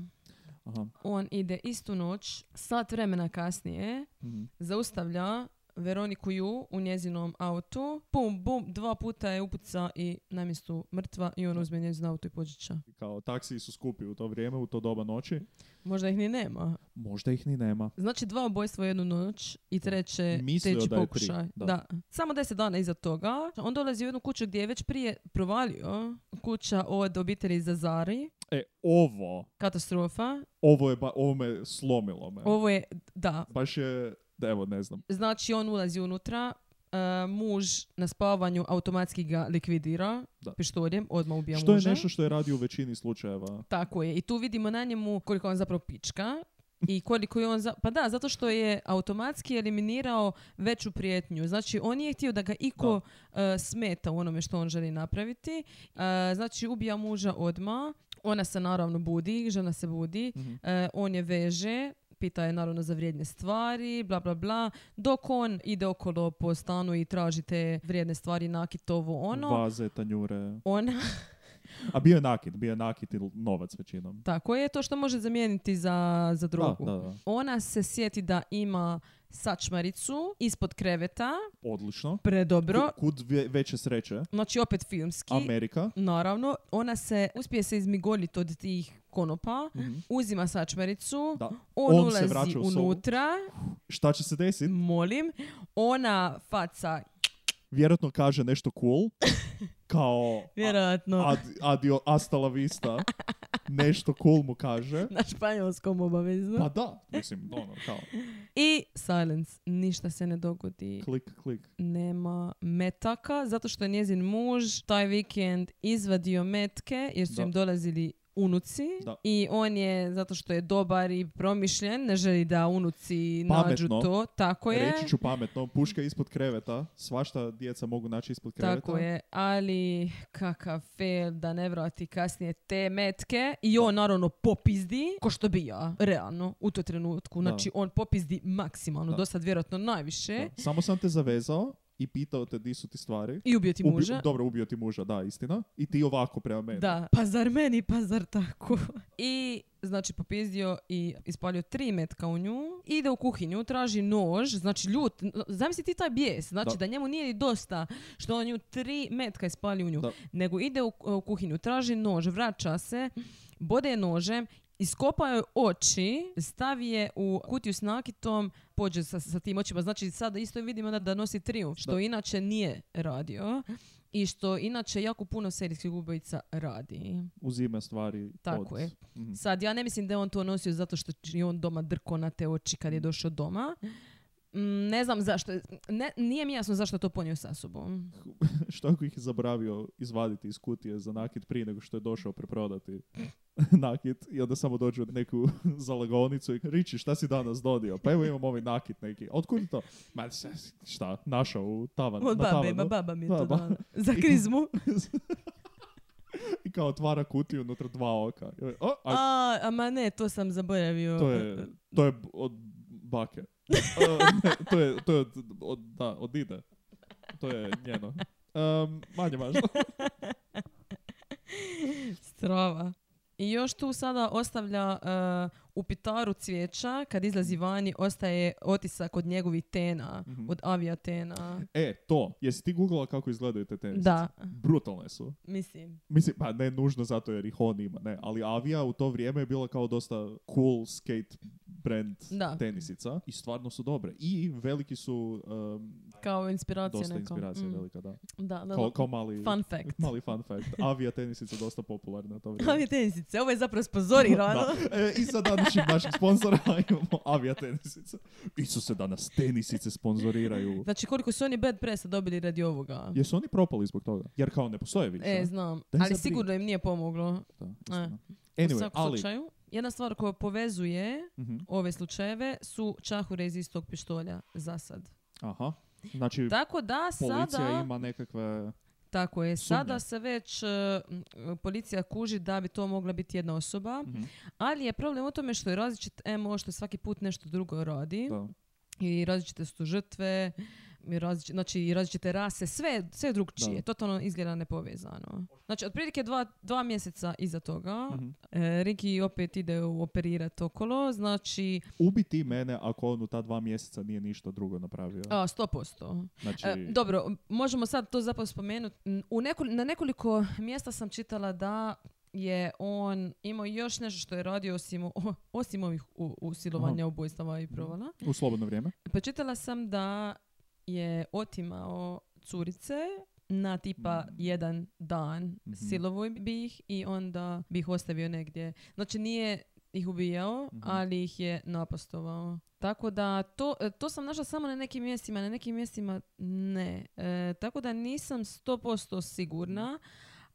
S6: Aha.
S5: On ide istu noć, sat vremena kasnije,
S6: Mhm.
S5: zaustavlja Veroniku Ju u njezinom autu. Bum, bum, dva puta je upuca i na mjestu mrtva i on uzme njezin auto i pođića.
S6: Kao, taksiji su skupi u to vrijeme, u to doba noći.
S5: Možda ih ni nema.
S6: Možda ih ni nema.
S5: Znači dva ubojstva u jednu noć i treće
S6: Mislio
S5: treći
S6: da je tri,
S5: pokušaj.
S6: da.
S5: Samo deset dana iza toga. On dolazi u jednu kuću gdje je već prije provalio. Kuća od obitelji Zazari.
S6: E, ovo
S5: Katastrofa.
S6: ovo je ba, ovo me slomilo me.
S5: Ovo je, da,
S6: Baš je, da, evo ne znam.
S5: Znači, on ulazi unutra, e, muž na spavanju automatski ga likvidira
S6: Da.
S5: pištoljem, odmah ubija
S6: što je
S5: muža.
S6: nešto što je radio u većini slučajeva.
S5: Tako je. I tu vidimo na njemu koliko je on zapravo pička i koliko je on... Za... Pa da, zato što je automatski eliminirao veću prijetnju. Znači, on nije htio da ga iko e, smeta u onome što on želi napraviti. E, znači, ubija muža odmah. Ona se naravno budi, žena se budi.
S6: Mhm.
S5: E, on je veže, pita je naravno za vrijedne stvari, bla bla bla, dok on ide okolo po stanu i traži te vrijedne stvari, nakit ovo ono.
S6: Vaze, tanjure.
S5: Ona,
S6: A bio je nakit, bio je nakit i l- novac većinom.
S5: tako je, to što može zamijeniti za, za drogu.
S6: Da, da, da.
S5: Ona se sjeti da ima sačmaricu ispod kreveta,
S6: Odlično.
S5: predobro,
S6: Ku- Kud ve- veće sreće.
S5: znači opet filmski.
S6: Amerika.
S5: Naravno, ona se uspije se izmigoljiti od tih konopa,
S6: Mhm.
S5: uzima sačmaricu,
S6: Da.
S5: on,
S6: On se
S5: ulazi
S6: vraća u sobu.
S5: unutra,
S6: Šta će se desiti?
S5: molim, ona faca
S6: Vjerojatno kaže nešto cool. Kao a-
S5: Vjerojatno.
S6: ad, adio, hasta la vista. Nešto cool mu kaže.
S5: Na španjolskom obavezno.
S6: Pa da, mislim, ono, kao,
S5: I silence. Ništa se ne dogodi.
S6: klik, klik.
S5: Nema metaka, zato što je njezin muž taj vikend izvadio metke jer su
S6: Da.
S5: im dolazili unuci
S6: Da.
S5: i on je, zato što je dobar i promišljen, ne želi da unuci
S6: Pametno.
S5: nađu to. Tako Pa je.
S6: Reći ću pametno, puška ispod kreveta, svašta djeca mogu naći ispod kreveta.
S5: Tako je, ali kakav fail da ne vrati kasnije te metke i on naravno popizdi, ko što bi ja, realno, u to trenutku.
S6: Da.
S5: Znači, on popizdi maksimalno,
S6: Da.
S5: do sad vjerojatno najviše
S6: Da. Samo sam te zavezao i pitao te di su ti stvari.
S5: i ubio ti
S6: Ubi-
S5: muža.
S6: dobro, ubio ti muža, da, istina. I ti ovako prema meni.
S5: Da, pa zar meni, pa zar tako? I znači popizdio i ispalio tri metka u nju, ide u kuhinju, traži nož, znači ljut, zamisli ti taj bijes, znači da,
S6: Da.
S5: njemu nije ni dosta što on nju tri metka ispali u nju,
S6: Da.
S5: nego ide u, e, u kuhinju, traži nož, vraća se, bode je nožem, iskopa joj oči, stavi je u kutiju s nakitom, pođe sa, sa tim očima. Znači sad isto vidimo da, da nosi trijumf, što
S6: Da.
S5: inače nije radio. i što inače jako puno serijskih ubojica radi.
S6: Uzima stvari
S5: Tako
S6: od...
S5: je.
S6: Mhm.
S5: Sad, ja ne mislim da je on to nosio zato što je on doma drko na te oči kad je došao doma. Mm, Ne znam zašto. je- Ne, nije mi jasno zašto je to ponio sa sobom.
S6: Što ako ih je zaboravio izvaditi iz kutije za nakit prije nego što je došao preprodati nakit i onda samo dođe u neku zalagovnicu i Riči, šta si danas dodio? Pa evo imam ovaj nakit neki. Otkud je to? Ma se- šta, našao u tavan,
S5: Od
S6: na
S5: babe, ma
S6: tavanu.
S5: baba mi je to
S6: Baba.
S5: dala. Za krizmu.
S6: I kao otvara kutiju unutra dva oka. I ovaj, O, a,
S5: A, e, a ma ne, to sam zaboravio.
S6: to je, to je b- od bake. A, ne, to je, to je od, od, da, od ide. To je njeno. Um, manje važno.
S5: Strava. I još tu sada ostavlja e, u pitaru cvijeća, kad izlazi vani, ostaje otisak od njegovih tena,
S6: Mhm.
S5: od avijatena.
S6: E, to. Jesi ti googlala kako izgledaju te tenisice?
S5: Da,
S6: Brutalne su.
S5: mislim.
S6: Mislim, pa ne nužno zato jer ih on ima, ne. Ali Avia u to vrijeme je bila kao dosta cool skate brand
S5: Da.
S6: tenisica. I stvarno su dobre. I veliki su, um,
S5: Kao inspiracija
S6: dosta
S5: neka.
S6: inspiracija
S5: Mm.
S6: velika, da.
S5: Da, da, da.
S6: Kao, kao mali,
S5: Fun fact.
S6: mali fun fact. Avia tenisica dosta popularna u to vrijeme.
S5: Avija tenisice, ovo je zapravo sponzorirano.
S6: Da. E, I sa današnjim našim sponzora imamo Avia tenisica. Isuse, danas tenisice sponzoriraju.
S5: Znači koliko su oni bad pressa dobili radi ovoga.
S6: Jesu oni propali zbog toga? Jer kao ne postoje više.
S5: E, znam.
S6: Daj
S5: Ali
S6: za
S5: sigurno im nije pomoglo. E.
S6: Da, istina.
S5: U
S6: Anyway,
S5: svakom
S6: ali...
S5: slučaju. Jedna stvar koja povezuje
S6: Mhm.
S5: ove slučajeve su čahure iz istog pištolja za sad.
S6: Aha. Znači,
S5: Tako da
S6: policija
S5: sada...
S6: ima nekakve...
S5: Tako je.
S6: Sumnja.
S5: Sada se već e, m, policija kuži da bi to mogla biti jedna osoba.
S6: Mhm.
S5: Ali je problem u tome što je različit MO što svaki put nešto drugo radi.
S6: Da.
S5: I različite su žrtve. I različite, znači, i različite rase, sve, sve drugčije,
S6: Da.
S5: totalno izgleda nepovezano. Znači, otprilike dva, dva mjeseca iza toga,
S6: Mhm.
S5: e, Riki opet ide operirati okolo, znači,
S6: Ubi ti mene ako on u ta dva mjeseca nije ništa drugo napravio.
S5: a, 100%.
S6: Znači,
S5: E, dobro, možemo sad to zapravo spomenuti. U neko, na nekoliko mjesta sam čitala da je on imao još nešto što je radio osim, o- osim ovih u- usilovanja, ubojstava i provala.
S6: u slobodno vrijeme.
S5: Pa čitala sam da je otimao curice na tipa
S6: Mm.
S5: jedan dan,
S6: Mhm.
S5: silovo bi ih i onda bi ih ostavio negdje. Znači nije ih ubijao,
S6: Mhm.
S5: ali ih je napastovao. Tako da to, e, to sam našla samo na nekim mjestima, na nekim mjestima ne. E, tako da nisam 100%
S6: Mhm.
S5: sigurna,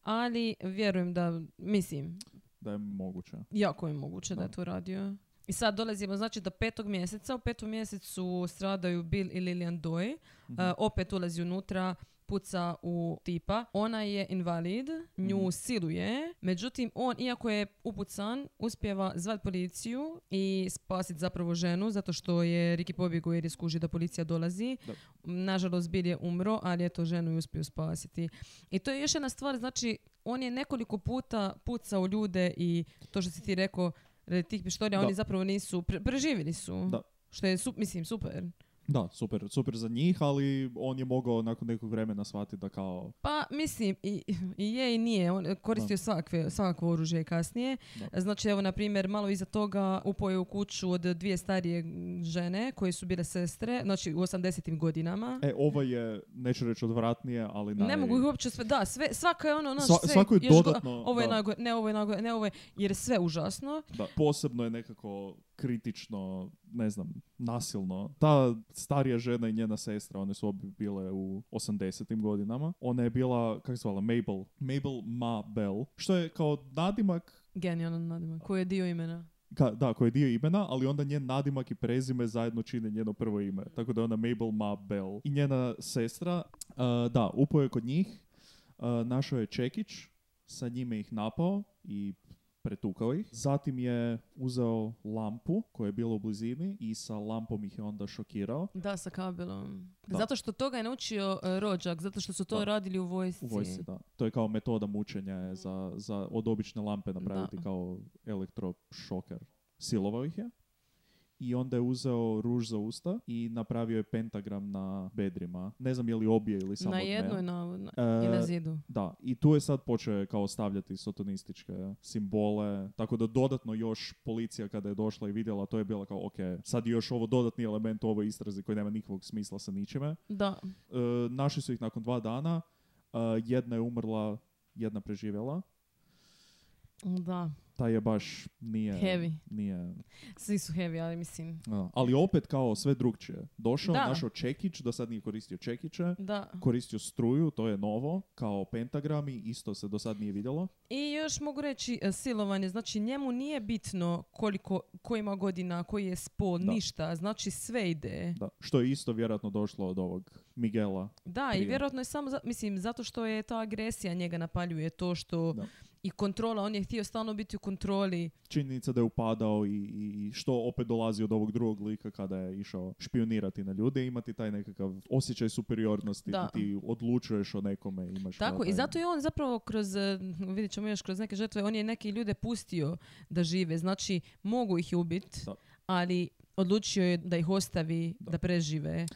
S5: ali vjerujem da, mislim,
S6: Da je moguće.
S5: Jako je moguće da je
S6: Da.
S5: to radio. I sad dolazimo, znači do petog mjeseca. U petom mjesecu stradaju Bill i Lillian Doy.
S6: Mhm.
S5: E, opet ulazi unutra, puca u tipa. Ona je invalid, nju
S6: Mhm.
S5: siluje. Međutim, on, iako je upucan, uspjeva zvat policiju i spasiti zapravo ženu, zato što je Ricky pobjegao jer je skužio da policija dolazi.
S6: Da.
S5: Nažalost, Bill je umro, ali eto, ženu je uspio spasiti. I to je još jedna stvar, znači, on je nekoliko puta pucao ljude i to što si ti rekao, radi tih pištolja,
S6: Da.
S5: oni zapravo nisu, pre- preživjeli su.
S6: Da.
S5: Što je, su, mislim, super.
S6: Da, super, super za njih, ali on je mogao nakon nekog vremena shvatiti da kao...
S5: Pa, mislim, i, i je i nije. On je koristio svakve, svakako oružje kasnije.
S6: Da.
S5: Znači, evo, na primjer, malo iza toga upao je u kuću od dvije starije žene koje su bile sestre, znači u 80-im godinama.
S6: E, ovo je, neću reći odvratnije, ali naj...
S5: Ne mogu ih uopće sve, da, sve, svaka je ono, ono,
S6: Sva-
S5: sve,
S6: svako je
S5: još go-
S6: dodatno,
S5: ovo je
S6: da.
S5: najgore, ne, ovo je najgore, ne, ovo je, jer je sve užasno.
S6: Da, posebno je nekako kritično, ne znam, nasilno. Ta starija žena i njena sestra, one su obje bile u 80-im godinama. Ona je bila, kako se zvala, Mabel. Mabel Ma Bell, što je kao nadimak
S5: Genijalno nadimak. Koji je dio imena?
S6: Ka- da, koji je dio imena, ali onda njen nadimak i prezime zajedno čine njeno prvo ime. Tako da je ona Mabel Ma Bell. I njena sestra, uh, da, upao je kod njih, uh, našao je Čekić, sa njime ih napao i pretukao ih. Zatim je uzeo lampu koja je bila u blizini i sa lampom ih je onda šokirao
S5: Da, sa kabelom.
S6: Da.
S5: Zato što toga je naučio e, rođak, zato što su to
S6: Da.
S5: radili u vojsci.
S6: u vojsci. Da. To je kao metoda mučenja je za, za od obične lampe napraviti
S5: Da.
S6: kao elektrošoker. Silovao ih je i onda je uzeo ruž za usta i napravio je pentagram na bedrima. Ne znam je li obje ili samo
S5: na
S6: od mene.
S5: jednoj, navodno.
S6: E,
S5: I na zidu.
S6: Da, i tu je sad počeo je kao stavljati sotonističke simbole, tako da dodatno još policija kada je došla i vidjela, to je bila kao, ok, sad je još ovo dodatni element u ovoj istrazi koji nema nikakvog smisla sa ničime.
S5: Da.
S6: E, našli su ih nakon dva dana, Uh, jedna je umrla, jedna preživjela.
S5: Da,
S6: Ta je baš nije...
S5: heavy.
S6: Nije,
S5: Svi su heavy, ali mislim...
S6: a, ali opet kao sve drugčije. Došao,
S5: Da.
S6: našao čekić, do sad nije koristio čekiće.
S5: Da.
S6: Koristio struju, to je novo, kao pentagrami, isto se do sad nije vidjelo.
S5: I još mogu reći e, silovanje, znači njemu nije bitno koliko, ko ima godina, koji je spol,
S6: Da.
S5: ništa, znači sve ide.
S6: Da. Što je isto vjerojatno došlo od ovog Miguela.
S5: Da, i
S6: Prije.
S5: vjerojatno je samo, za- mislim, zato što je ta agresija njega napaljuje, to što
S6: Da.
S5: i kontrola, on je htio stalno biti u kontroli.
S6: Činjenica da je upadao i, i i što opet dolazi od ovog drugog lika kada je išao špionirati na ljude, imati taj nekakav osjećaj superiornosti,
S5: Da.
S6: da. ti odlučuješ o nekome, imaš... kao
S5: Tako, i
S6: taj-
S5: zato je on zapravo kroz, e, vidjet ćemo još kroz neke žrtve, on je neke ljude pustio da žive, znači mogu ih ubiti,
S6: Da.
S5: ali odlučio je da ih ostavi da.
S6: Da.
S5: prežive.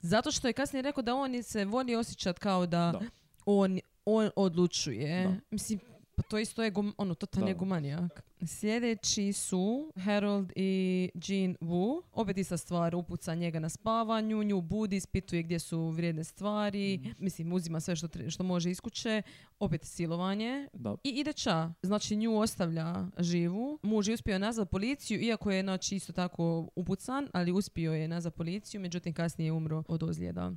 S5: Zato što je kasnije rekao da on se voli osjećat kao da,
S6: Da.
S5: On, on odlučuje.
S6: Da.
S5: Mislim, pa to isto je gum- ono, totalni
S6: Da.
S5: egomanijak. Sljedeći su Harold i Jean Wu. Opet ista stvar, upuca njega na spavanju, nju budi, ispituje gdje su vrijedne stvari.
S6: Mhm.
S5: Mislim, uzima sve što, tre- što može iz kuće. Opet silovanje.
S6: Da.
S5: I ide ča. Znači, nju ostavlja živu. Muž je uspio nazvat policiju, iako je znači, isto tako upucan, ali uspio je nazvat policiju, međutim kasnije je umro od ozljeda.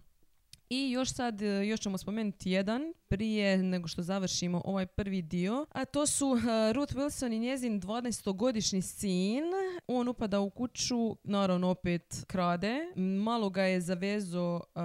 S5: I još sad, e, još ćemo spomenuti jedan prije nego što završimo ovaj prvi dio. A to su e, Ruth Wilson i njezin 12-godišnji sin. On upada u kuću, naravno opet krade. Malo ga je zavezo e,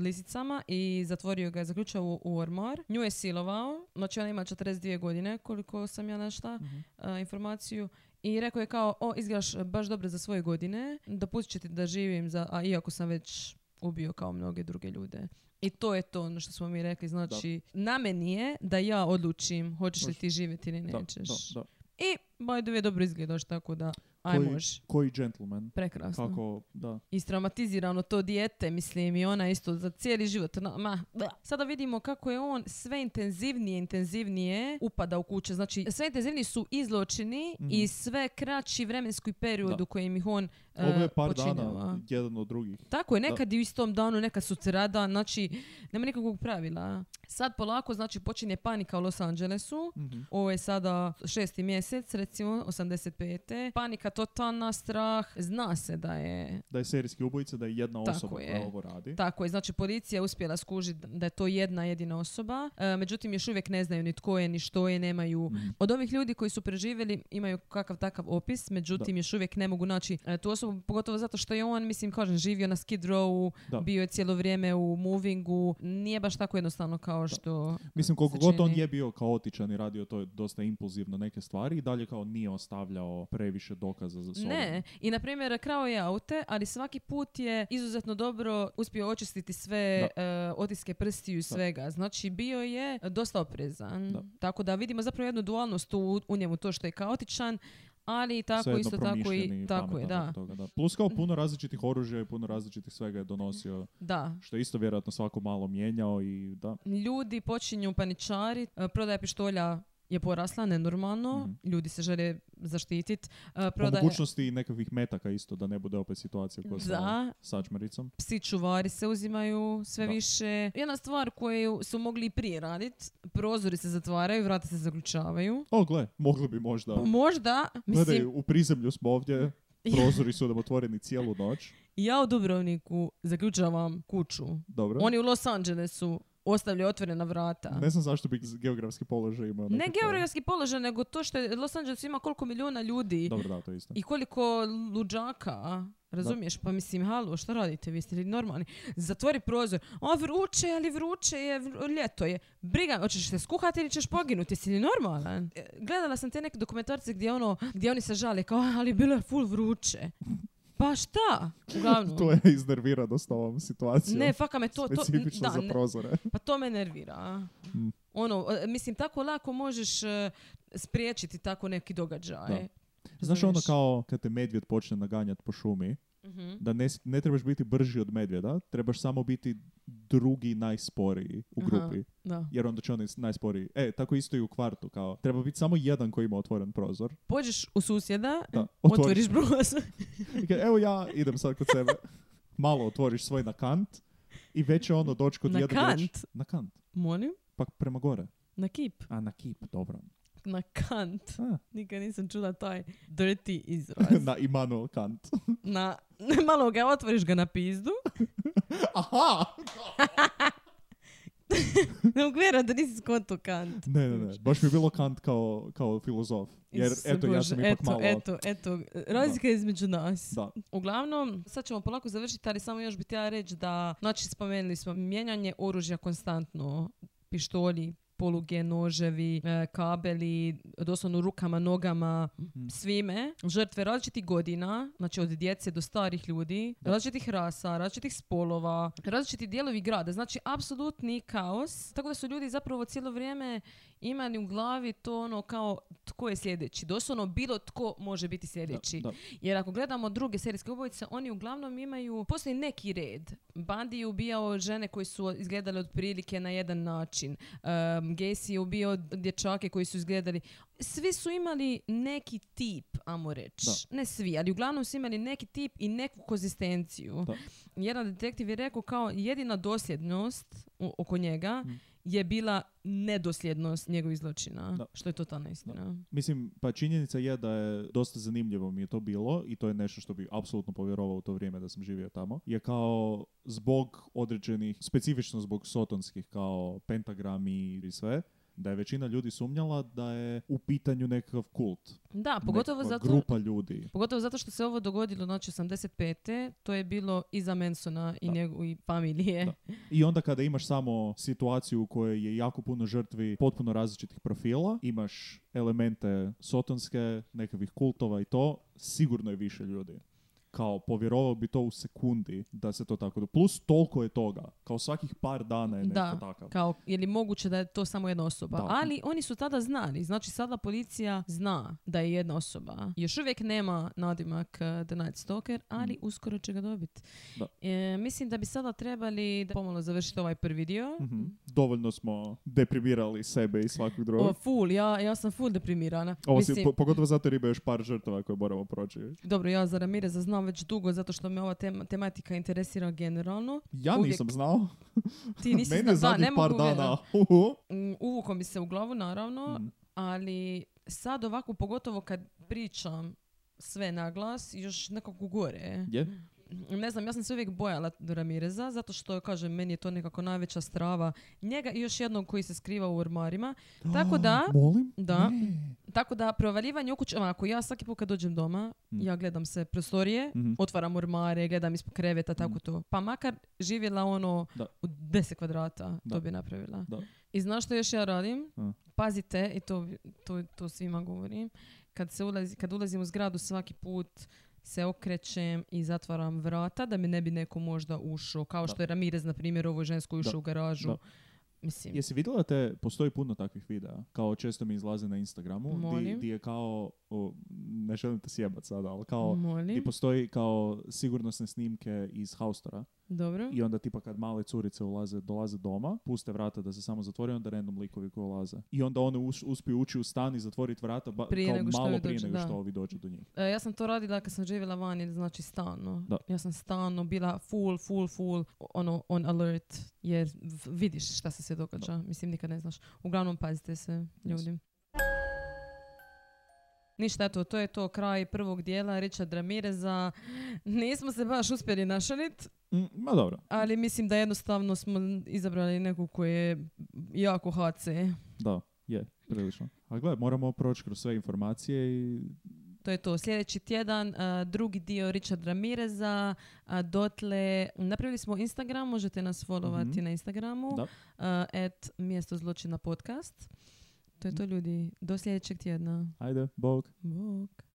S5: lisicama i zatvorio ga je, zaključao u, u ormar. Nju je silovao, znači ona ima 42 godine, koliko sam ja našla
S6: Mhm.
S5: e, informaciju. I rekao je kao, o, izgledaš baš dobro za svoje godine, dopustit ću ti da živim, za, a iako sam već ubio kao mnoge druge ljude. I to je to ono što smo mi rekli. Znači, na meni je da ja odlučim hoćeš li
S6: Može.
S5: ti živjeti ili
S6: Da,
S5: nećeš.
S6: da, da.
S5: I, by the way, dobro izgledaš, tako da, aj
S6: Koji-
S5: može.
S6: Koji gentleman.
S5: Prekrasno.
S6: Kako, da.
S5: Istraumatizirano to dijete, mislim, i ona isto za cijeli život. ona- ma, da. Sada vidimo kako je on sve intenzivnije, intenzivnije upada u kuće. Znači, sve intenzivniji su izločini
S6: Mhm.
S5: i sve kraći vremenski period
S6: Da.
S5: u kojem ih on e,
S6: Ovo je par
S5: počinjava.
S6: dana, ono, znači. jedan od drugih.
S5: Tako je, nekad i u istom danu, nekad sutradan, znači nema nikakvog pravila. Sad polako, znači počinje panika u Los Angelesu,
S6: Mhm.
S5: ovo je sada šesti mjesec, recimo, 85. Panika totalna, strah. Zna se da je
S6: Da je serijski ubojica, da je jedna
S5: Tako
S6: osoba
S5: je.
S6: koja ovo radi.
S5: Tako je, znači policija je uspjela skužiti da je to jedna jedina osoba, e, međutim još uvijek ne znaju ni tko je, ni što je, nemaju. Od ovih ljudi koji su preživjeli imaju kakav takav opis, međutim još uvijek ne mogu naći e, tu osobu, pogotovo zato što je on, mislim, kažem, živio na Skid Rowu,
S6: Da.
S5: bio je cijelo vrijeme u movingu, nije baš tako jednostavno kao što...
S6: Mislim, koliko
S5: se
S6: god on
S5: čini.
S6: je bio kaotičan i radio to je dosta impulzivno neke stvari i dalje kao nije ostavljao previše dokaza za sobom.
S5: Ne, i na primjer krao je aute, ali svaki put je izuzetno dobro uspio očistiti sve e, otiske prstiju i svega. Znači bio je dosta oprezan.
S6: Da.
S5: Tako da vidimo zapravo jednu dualnost u, u njemu, to što je kaotičan, ali i tako
S6: Svejedno
S5: isto tako
S6: promišljen
S5: i
S6: i
S5: tako je,
S6: pametan
S5: da.
S6: od toga, da. Plus kao puno različitih oružja i puno različitih svega je donosio,
S5: Da.
S6: što je isto vjerojatno svako malo mijenjao i da.
S5: Ljudi počinju paničari, e, prodaja pištolja je porasla nenormalno,
S6: Mhm.
S5: ljudi se žele e, zaštititi.
S6: Po
S5: prodaje...
S6: mogućnosti i nekakvih metaka isto, da ne bude opet situacija koja sa
S5: Da,
S6: sačmaricom.
S5: psi čuvari se uzimaju sve
S6: Da.
S5: više. Jedna stvar koju su mogli i prije raditi, prozori se zatvaraju, vrata se zaključavaju.
S6: O, gle, mogli bi možda.
S5: Možda,
S6: Gledaj,
S5: mislim,
S6: u prizemlju smo ovdje, prozori su nam otvoreni cijelu noć.
S5: ja u Dubrovniku zaključavam kuću.
S6: Dobro.
S5: Oni u Los Angelesu ostavljaju otvorena vrata.
S6: Ne znam zašto bi geografski položaj imao.
S5: Ne
S6: nekakav-
S5: geografski položaj, nego to što je Los Angeles ima koliko milijuna ljudi
S6: Dobro, da, to je isto.
S5: i koliko luđaka. Razumiješ? Pa mislim, halo, šta radite? Vi ste li normalni? Zatvori prozor. A vruće, je, ali vruće je, vr- ljeto je. Briga, hoćeš se skuhati ili ćeš poginuti? Jesi li normalan? E, Gledala sam te neke dokumentarce gdje, ono, gdje oni se žale kao, "A, ali bilo je full vruće. Pa šta? Uglavnom.
S6: To je iznerviranost ovom situacijom.
S5: Ne, faka me to... to
S6: specifično
S5: da,
S6: za
S5: ne-
S6: prozore.
S5: pa to me nervira.
S6: Mm.
S5: Ono, e, mislim, tako lako možeš e, spriječiti tako neki događaj.
S6: Da. Znaš ono
S5: Razumiješ?
S6: kao kad te medvjed počne naganjati po šumi,
S5: Mhm.
S6: da ne, s- ne trebaš biti brži od medvjeda, trebaš samo biti drugi najsporiji u
S5: Aha.
S6: grupi.
S5: Da.
S6: Jer onda će oni s- najsporiji. E, tako isto i u kvartu. Kao. Treba biti samo jedan koji ima otvoren prozor.
S5: Pođeš u susjeda,
S6: Da,
S5: Mm, otvoriš prozor.
S6: I kaj, Evo ja idem sad kod sebe. Malo otvoriš svoj na kant i već će ono doći kod
S5: Na
S6: jednog i reći-
S5: kant?
S6: Na kant.
S5: Molim?
S6: Pa prema gore.
S5: Na kip.
S6: A na kip, dobro.
S5: Na kant.
S6: A.
S5: Nikad nisam čula taj dirty izraz.
S6: na Immanuel Kant.
S5: Na, malo ga otvoriš ga na pizdu.
S6: Aha!
S5: Ne mogu vjerovat da nisi skonto kant.
S6: Ne, ne, ne. Baš mi je bilo Kant kao, kao filozof. Jer,
S5: Isuse
S6: eto, ja
S5: Bože,
S6: sam ipak
S5: eto,
S6: malo...
S5: Eto, eto, razlika je između nas.
S6: Da.
S5: Uglavnom, sad ćemo polako završiti, ali samo još bih htjela reći da, znači spomenuli smo mijenjanje oružja konstantno, pištolji, poluge, noževi, e, kabeli, doslovno rukama, nogama, svime. Žrtve različitih godina, znači od djece do starih ljudi, različitih rasa, različitih spolova, različiti dijelovi grada. Znači, apsolutni kaos. Tako da su ljudi zapravo cijelo vrijeme imali u glavi to ono kao tko je sljedeći. Doslovno bilo tko može biti sljedeći.
S6: da.
S5: Jer ako gledamo druge serijske ubojice, oni uglavnom imaju, postoji neki red. Bandi je ubijao žene koje su izgledale otprilike na jedan način. Um, Gacy je ubijao dječake koji su izgledali. Svi su imali neki tip, amo reći. Ne svi, ali uglavnom su imali neki tip i neku konzistenciju.
S6: Da.
S5: Jedan detektiv je rekao kao jedina dosljednost o- oko njega
S6: Mm.
S5: je bila nedosljednost njegovih zločina.
S6: Da.
S5: Što je totalna istina.
S6: Mislim, pa činjenica je da je dosta zanimljivo mi je to bilo i to je nešto što bi apsolutno povjerovao u to vrijeme da sam živio tamo. Je kao zbog određenih, specifično zbog sotonskih kao pentagrami i sve, da je većina ljudi sumnjala da je u pitanju nekakav kult.
S5: Da, pogotovo
S6: nekakva
S5: zato...
S6: Grupa ljudi.
S5: Pogotovo zato što se ovo dogodilo znači 85. To je bilo iza Mansona i
S6: Da.
S5: njegove familije.
S6: Da. I onda kada imaš samo situaciju u kojoj je jako puno žrtvi potpuno različitih profila, imaš elemente sotonske, nekakvih kultova i to, sigurno je više ljudi. Kao, povjerovao bi to u sekundi da se to tako... Plus, toliko je toga. Kao svakih par dana je nešto
S5: Da,
S6: takav.
S5: Kao, je li moguće da je to samo jedna osoba?
S6: Da.
S5: Ali oni su tada znali. Znači, sada policija zna da je jedna osoba. Još uvijek nema nadimak eh, The Night Stalker, ali uskoro će ga dobiti.
S6: Mm. Da.
S5: E, mislim da bi sada trebali da pomalo završiti ovaj prvi dio.
S6: Mhm. Dovoljno smo deprimirali sebe i svakog drugog.
S5: O, full, ja, ja sam full deprimirana.
S6: Ovo si,
S5: Mislim-
S6: po- pogotovo zato jer ima još par žrtava koje moramo proći.
S5: Dobro, ja za Ramireza znam već dugo zato što me ova tema, tematika interesira generalno.
S6: Ja
S5: Uvijek.
S6: nisam znao.
S5: Ti nisi
S6: Meni
S5: zna-
S6: je
S5: da,
S6: zadnjih
S5: ne
S6: par
S5: mogu vjerovati.
S6: dana. uhu,
S5: Mm, Uvuko mi se u glavu, naravno,
S6: Mm.
S5: ali sad ovako, pogotovo kad pričam sve na glas, još nekako gore.
S6: Je.
S5: Ne znam, ja sam se uvijek bojala Ramireza, zato što, kažem, meni je to nekako najveća strava. Njega i još jednog koji se skriva u ormarima. Tako da,
S6: Molim?
S5: da,
S6: Ne.
S5: tako da provaljivanje u kuću, ovako, ja svaki put kad dođem doma,
S6: Mm.
S5: ja gledam se prostorije,
S6: Mhm.
S5: otvaram ormare, gledam ispod kreveta, tako to. Pa makar živjela ono
S6: Mm. Da.
S5: u 10 kvadrata,
S6: Da.
S5: to bi napravila.
S6: Da. Mm.
S5: I znaš što još ja radim?
S6: A.
S5: Pazite, i to, to, to svima govorim, kad, se ulazi, kad ulazim u zgradu svaki put se okrećem i zatvaram vrata da mi ne bi neko možda ušao. Kao
S6: Da.
S5: što je Ramirez, na primjer, ovo žensko ušao
S6: Da.
S5: u garažu.
S6: Da.
S5: Mislim,
S6: Jesi vidjela da te, postoji puno takvih videa, kao često mi izlaze na Instagramu, di,
S5: Molim.
S6: di je kao, o, ne želim te sjebat sada, ali kao,
S5: molim.
S6: di postoji kao sigurnosne snimke iz haustora
S5: Dobro.
S6: i onda tipa kad male curice ulaze, dolaze doma, puste vrata da se samo zatvore, onda random likovi koji ulaze. I onda one us- uspiju ući u stan i zatvoriti vrata ba-
S5: Prije
S6: kao
S5: nego što
S6: malo
S5: ovi
S6: prije
S5: dođu,
S6: nego
S5: da.
S6: što ovi dođu do njih.
S5: E, ja sam to radila kad sam živjela vani, znači stalno.
S6: Da.
S5: Ja sam stalno bila full, full, full ono, on alert, jer v- vidiš šta se sve događa. Mislim, nikad ne znaš. Uglavnom, pazite se, ljudi. Ništa, eto, to je to kraj prvog dijela Richard Ramireza. Nismo se baš uspjeli našalit,
S6: Mm, ma dobro,
S5: ali mislim da jednostavno smo izabrali neku koji je jako HC.
S6: da, je, prilično. A gledaj, moramo proći kroz sve informacije i
S5: To je to. Sljedeći tjedan a, drugi dio Richard Ramireza. A, dotle napravili smo Instagram, možete nas followati
S6: Mhm.
S5: na Instagramu.
S6: Da.
S5: a, at mjesto
S6: Mhm.
S5: zločina podcast. To je to ljudi. Do sljedećeg tjedna.
S6: ajde, bog.
S5: Bog.